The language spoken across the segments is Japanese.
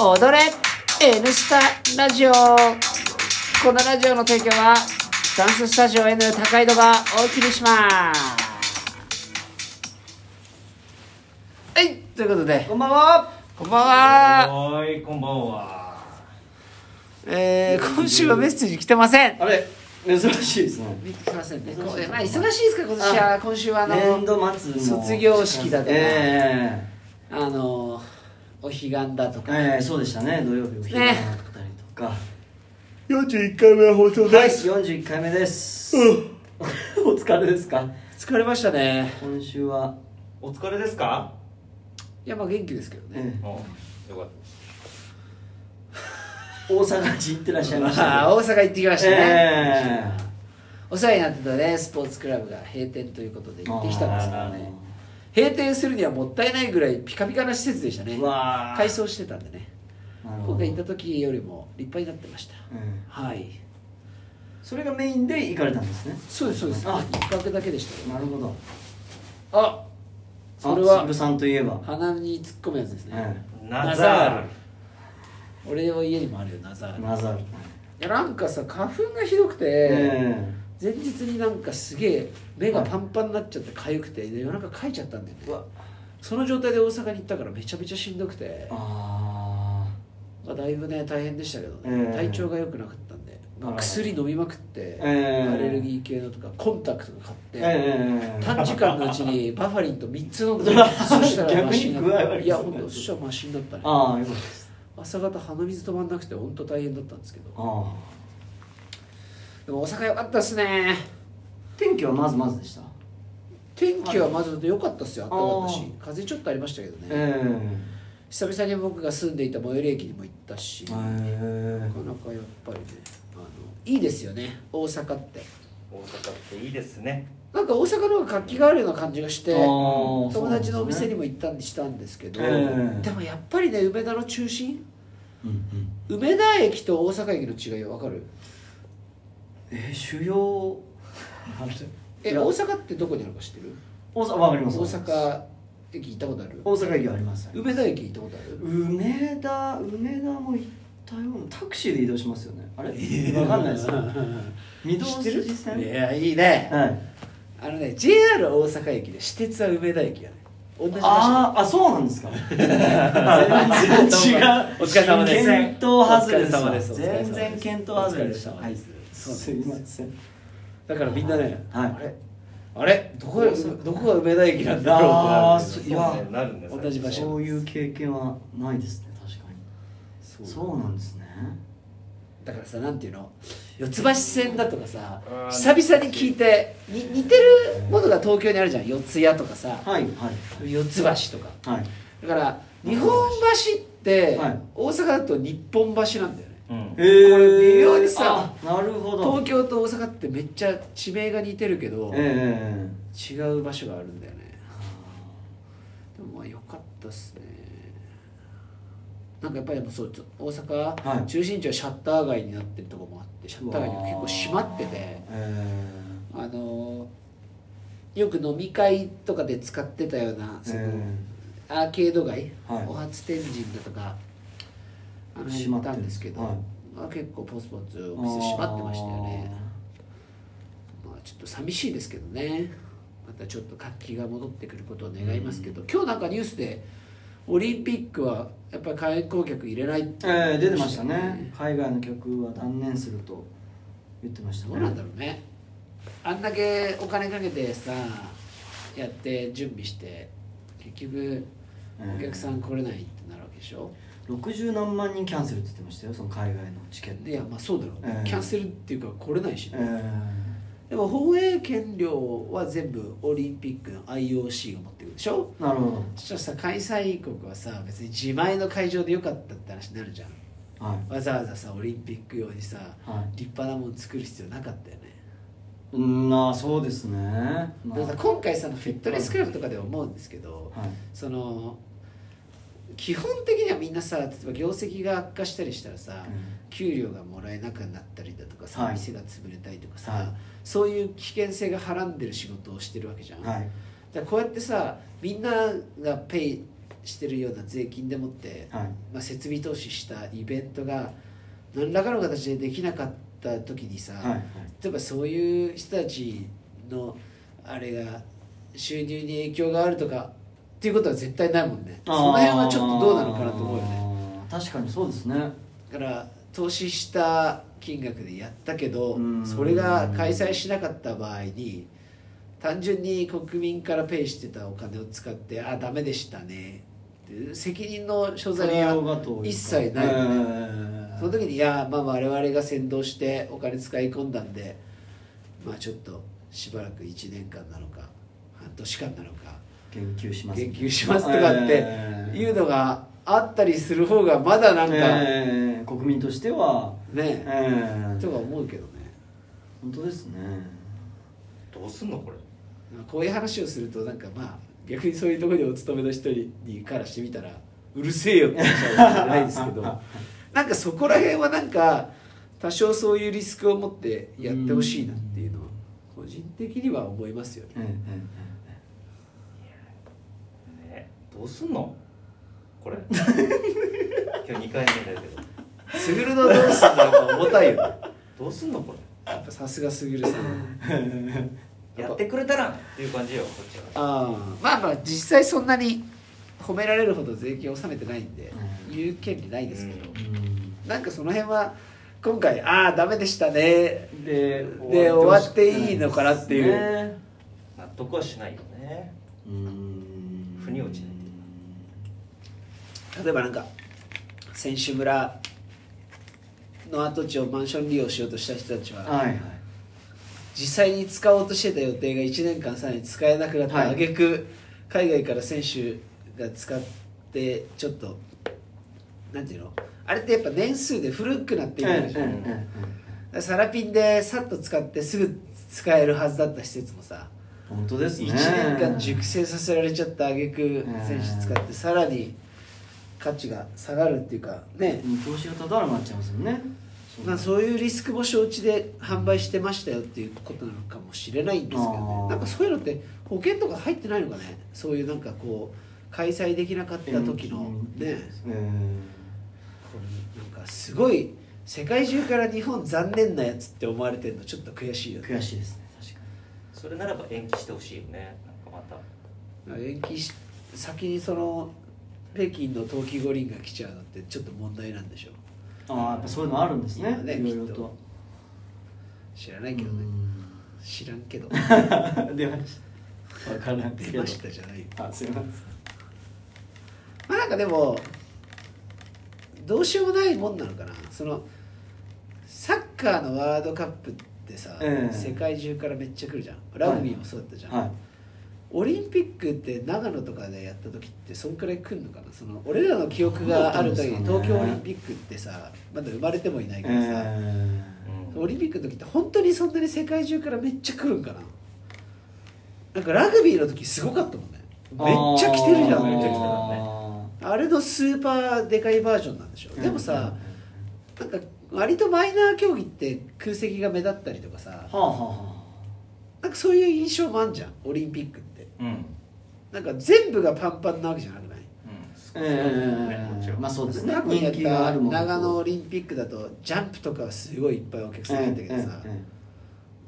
踊れ N スタラジオこのラジオの提供はダンススタジオ N 高井戸がお送りしますはいということでこんばんはこんばんははーいこんばんはえー、今週はメッセージ来てませんあれ珍しいですね来てませんねこまあ、忙しいですから今年は今週はあの年度末の卒業式だとかえあのお彼岸だとえか、ええそうでしたね土曜日お昼だったりとか、 41回目の放送はい41回目です、お疲れですか疲れましたね今週はお疲れですか、いやまあ元気ですけどね、ええうん、よかっ大阪市行ってらっしゃいましたまあ大阪行ってきましたね、えお世話になってたねスポーツクラブが閉店ということでえ行ってきたんですけどね閉店するにはもったいないぐらいピカピカな施設でしたねうわー改装してたんでねなるほ今ど回行った時よりも立派になってましたうんはいそれがメインで行かれたんですねそうですそうですあ一泊だけでしたよなるほどあそれあは鶴さんといえば、鼻に突っ込むやつですね、えたナナザーザル俺は家にもあるよナザーえルいナザルやなんかさ花粉がひどくて、え前日になんかすげえ目がパンパンになっちゃって痒くてで夜中かいちゃったんだよねうわその状態で大阪に行ったからめちゃめちゃしんどくてー、あまあ、だいぶね大変でしたけどね、うん体調が良くなかったんで、まあなるほど薬飲みまくって、うんアレルギー系のとかコンタクトの買って、ーええ短時間のうち にバファリンと3つ飲んでそしたらマシになっ逆に具合た悪いいやほんとそしたらマシになったねああよかったです朝方鼻水止まんなくてほんと大変だったんですけどあでも大阪良かったっすねあ天気はまずまずでした天気はまず良かったっすよあ暖かかったあし風ちょっとありましたけどね、え久々に僕が住んでいた最寄り駅にも行ったし、えなえかなかやっぱりねあのいいですよね大阪って大阪っていいですねなんか大阪の方が活気があるような感じがしてあー友達のお店にもそう行ったんしたんですけど、ええでもやっぱりね梅田の中心なんですね梅田駅と大阪駅の違いわかるえー、主要えいや大阪ってどこにあるか知ってる大阪わかり大ます阪駅行ったことある大阪駅はあります梅田駅行ったことある梅田梅田も行ったようなタクシーで移動しますよねあれわかんないですよ御堂筋知っ線てるいやいいねはいあのね JR 大阪駅で私鉄は梅田駅やね同じ場所あーあそうなんですか全然違うお疲れ様です検討外れでお疲れ様ですすわ全然検討外れでしたお疲れ様はいですそうですすいませんだからみんなね、はいあれあれどこがどこが梅田駅なんだろうってなるあーそういやなるんです同じ場所そういう経験はないですね確かにそそうなんですねだからさなんていうの四つ橋線だとかさあー久々に聞いてに似てるものが東京にあるじゃん四ツ谷とかさはいはい四つ橋とかはいだから日本橋ってはい大阪だと日本橋なんだよねうんえーこれ微妙にさあなるほど東京と大阪ってめっちゃ地名が似てるけど、え違う場所があるんだよねえでもまあ良かったっすねなんかやっぱりでもそうちょ大阪、はい中心地はシャッター街になってるとこもあってシャッター街が結構閉まっててえあのーよく飲み会とかで使ってたようなその、えアーケード街、はいお初天神だとかあの辺行閉まっってたるんですけど、はいまあ、結構ポツポツお店閉まってましたよねまあ、ちょっと寂しいですけどねまたちょっと活気が戻ってくることを願いますけど、今日なんかニュースでオリンピックはやっぱり観光客入れないってええ出てましたね海外の客は断念すると言ってましたどねうなんだろうねあんだけお金かけてさやって準備して結局お客さん来れないってなるわけでしょ、 60何万人キャンセルって言ってましたよその海外のチケットいやまあそうだろうね、うんキャンセルっていうか来れないし、えねでも放映権料は全部オリンピックの IOC が持ってくるでしょーなるほそしたらさ開催国はさ別に自前の会場でよかったって話になるじゃんどはいわざわざさオリンピック用にさはい立派なもん作る必要なかったよねうんあーそうですねまあだからさ今回さフィットネスクラブとかでも思うんですけどはいその基本的にはみんなさ例えば業績が悪化したりしたらさ、給料がもらえなくなったりだとかさ、はい店が潰れたりとかさ、はいそういう危険性がはらんでる仕事をしてるわけじゃん、はいだからこうやってさみんながペイしてるような税金でもって、はいまあ、設備投資したイベントが何らかの形でできなかった時にさ、はいはい例えばそういう人たちのあれが収入に影響があるとかっていうことは絶対ないもんねその辺はちょっとどうなのかなと思うよねね確かにそうですねだから投資した金額でやったけどうんそれが開催しなかった場合に単純に国民からペイしてたお金を使ってあダメでしたねっていう責任の所在が一切ないよねねその時にいやまあ我々が先導してお金使い込んだんでまあちょっとしばらく1年間なのか半年間なのか言及します言及しますとかっていうのがあったりする方がまだなんかえー国民としてはえねーとか思うけどね本当ですねどうすんのこれこういう話をするとなんかまあ逆にそういうところにお勤めの人にからしてみたらうるせえよって話じゃないですけど なんかそこら辺はなんか多少そういうリスクを持ってやってほしいなっていうのは個人的には思いますよね。えーえーねどうすんのこれ今日2回目だけど スグルのどうすんだろうか重たいよね。どうすんのこやっぱさすがスグルさん。えーれやってくれたらっていう感じよこっちはああまあまあ実際そんなに褒められるほど税金を納めてないんでうん言う権利ないですけど、うんなんかその辺は今回ああダメでしたねでで終わっていいのかなっていうね納得はしないよねうん腑に落ちない例えばなんか選手村の跡地をマンション利用しようとした人たちははいはい実際に使おうとしてた予定が1年間さらに使えなくなったはい挙句海外から選手が使ってちょっとなんていうのあれってやっぱ年数で古くなっていくじゃんだかえええらサラピンでさっと使ってすぐ使えるはずだった施設もさ本当ですね1年間熟成させられちゃった挙句選手使ってさらに価値が下がるっていうかね見通しが立たなくなっちゃいますよねまあ、そういうリスクも承知で販売してましたよっていうことなのかもしれないんですけどあねーなんかそういうのって保険とか入ってないのかねそういうなんかこう開催できなかった時のねうんなんかすごい世界中から日本残念なやつって思われてるのちょっと悔しいよね悔しいですね確かそれならば延期してほしいよねなんかまた延期し先にその北京の冬季五輪が来ちゃうのってちょっと問題なんでしょうにああやっぱそういうのあるんですね今ねいろいろきっとと知らない けどね知らんけどうん出ました分からんけど出ましたじゃないよあすいませんまあなんかでもどうしようもないもんなのかなそのサッカーのワールドカップってさ、ええ世界中からめっちゃ来るじゃんラグビーもそうだったじゃん、はいオリンピックって長野とかでやった時ってそんくらい来るのかなその俺らの記憶がある時にどうだ東ったんですかね京オリンピックってさまだ生まれてもいないえからさ、ーうんオリンピックの時って本当にそんなに世界中からめっちゃ来るんかななんかラグビーの時すごかったもんねめっちゃ来てるじゃんあーめっちゃ来てたあれのスーパーでかいバージョンなんでしょでもさ、なんか割とマイナー競技って空席が目立ったりとかさはあはあはなんかそういう印象もあんじゃんオリンピックってうんうんなんか全部がパンパンなわけじゃなくないあえこっちえはまあそうですね過去にやっ人気があたるものと長野オリンピックだとジャンプとかはすごいいっぱいお客さん入ったけどさ、ええええ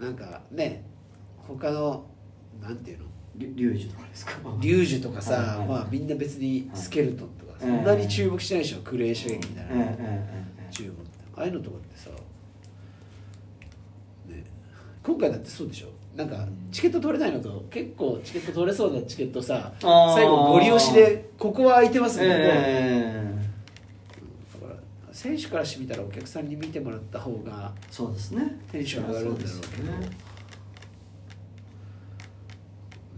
えなんかね他のなんていうのえリュリュウジとかですかリュージュとかさ、はいはいまあ、みんな別にスケルトンとか、いそんなに注目してないでしょ、クレー射撃みたいな、ええええええ注目ってああいうのとかってさ、ね、今回だってそうでしょなんかチケット取れないのと結構チケット取れそうなチケットさあー最後ご利用しでここは空いてますみたいな、ええだから選手からしてみたらお客さんに見てもらった方がそうですねテンション上がるんだろうけどそうですよねね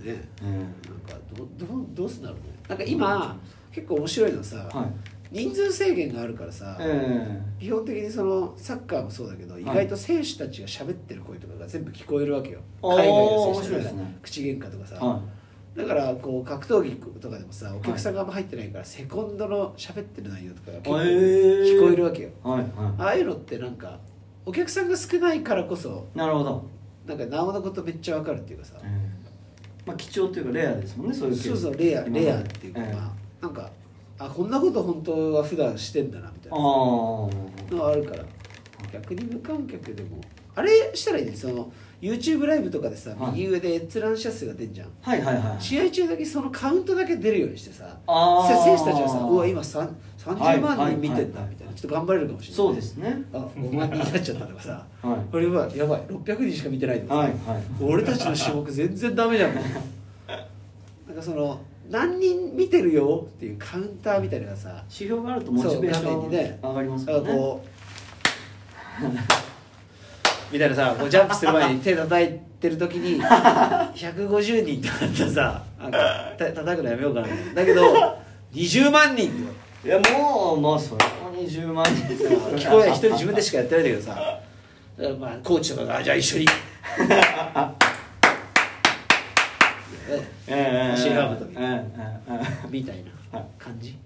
えなんかどどうどうすんだろうねなんか今結構面白いのさ、えはい人数制限があるからさ、え基本的にそのサッカーもそうだけどい意外と選手たちが喋ってる声とかが全部聞こえるわけよ、あー海外の選手面白いたでちすがね口喧嘩とかえさ、はだからこう格闘技とかでもさお客さんがあんま入ってないから、セコンドの喋ってる内容とかが結構へー聞こえるわけよ、いはいはああいうのってなんかお客さんが少ないからこそいなるほどなんかなおのことめっちゃわかるっていうかさ、ええまあ貴重というかレアですもんねそういうケーそうスそうレア今まレでアっていうか、ええまあなんかあこんなこと本当は普段してんだなみたいあなあのがあるから逆に無観客でもあれしたらいいねその YouTube ライブとかでさはい右上で閲覧者数が出んじゃんはいはいはい試合中だけそのカウントだけ出るようにしてさあせー選手たちはさ「うわ今さんはい30万人見てんだは」いみたいなちょっと頑張れるかもしれないそうですねあ5万人になっちゃったとかさはい俺はやばい600人しか見てないとかさはいはい俺たちの種目全然ダメ じゃんなんかその何人見てるよっていうカウンターみたいなのがさ指標があるとモチベーシそう画面にねョン上がりますかならんかねこ うみたいなさこうジャンプする前に手叩いてる時に150人とかだったらさなんかた叩くのやめようかなだけど20万人とかいやもうまあそれは20万人ですから聞こえない一人自分でしかやってないんだけどさだからまあコーチとかがあじゃあ一緒に ええシェアハブとえかええええみたいな感じ、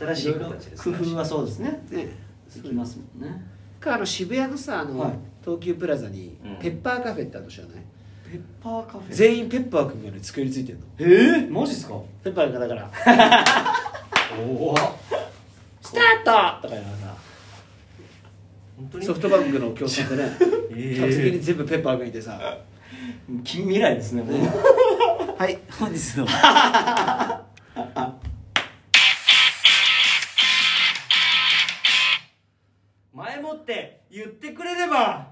え新しい形です工夫はそうですねねできますもんねかあの渋谷のさあの、はい東急プラザにうんペッパーカフェってあるの知らない、ペッパーカフェ全員ペッパー君がね机についてるのええマジっすかペッパーがだ からおお「スタート!」とか言わさ本当にソフトバンクの協賛でね ええ客席に全部ペッパー君いてさ近未来ですねもうはい本日の前もって言ってくれれば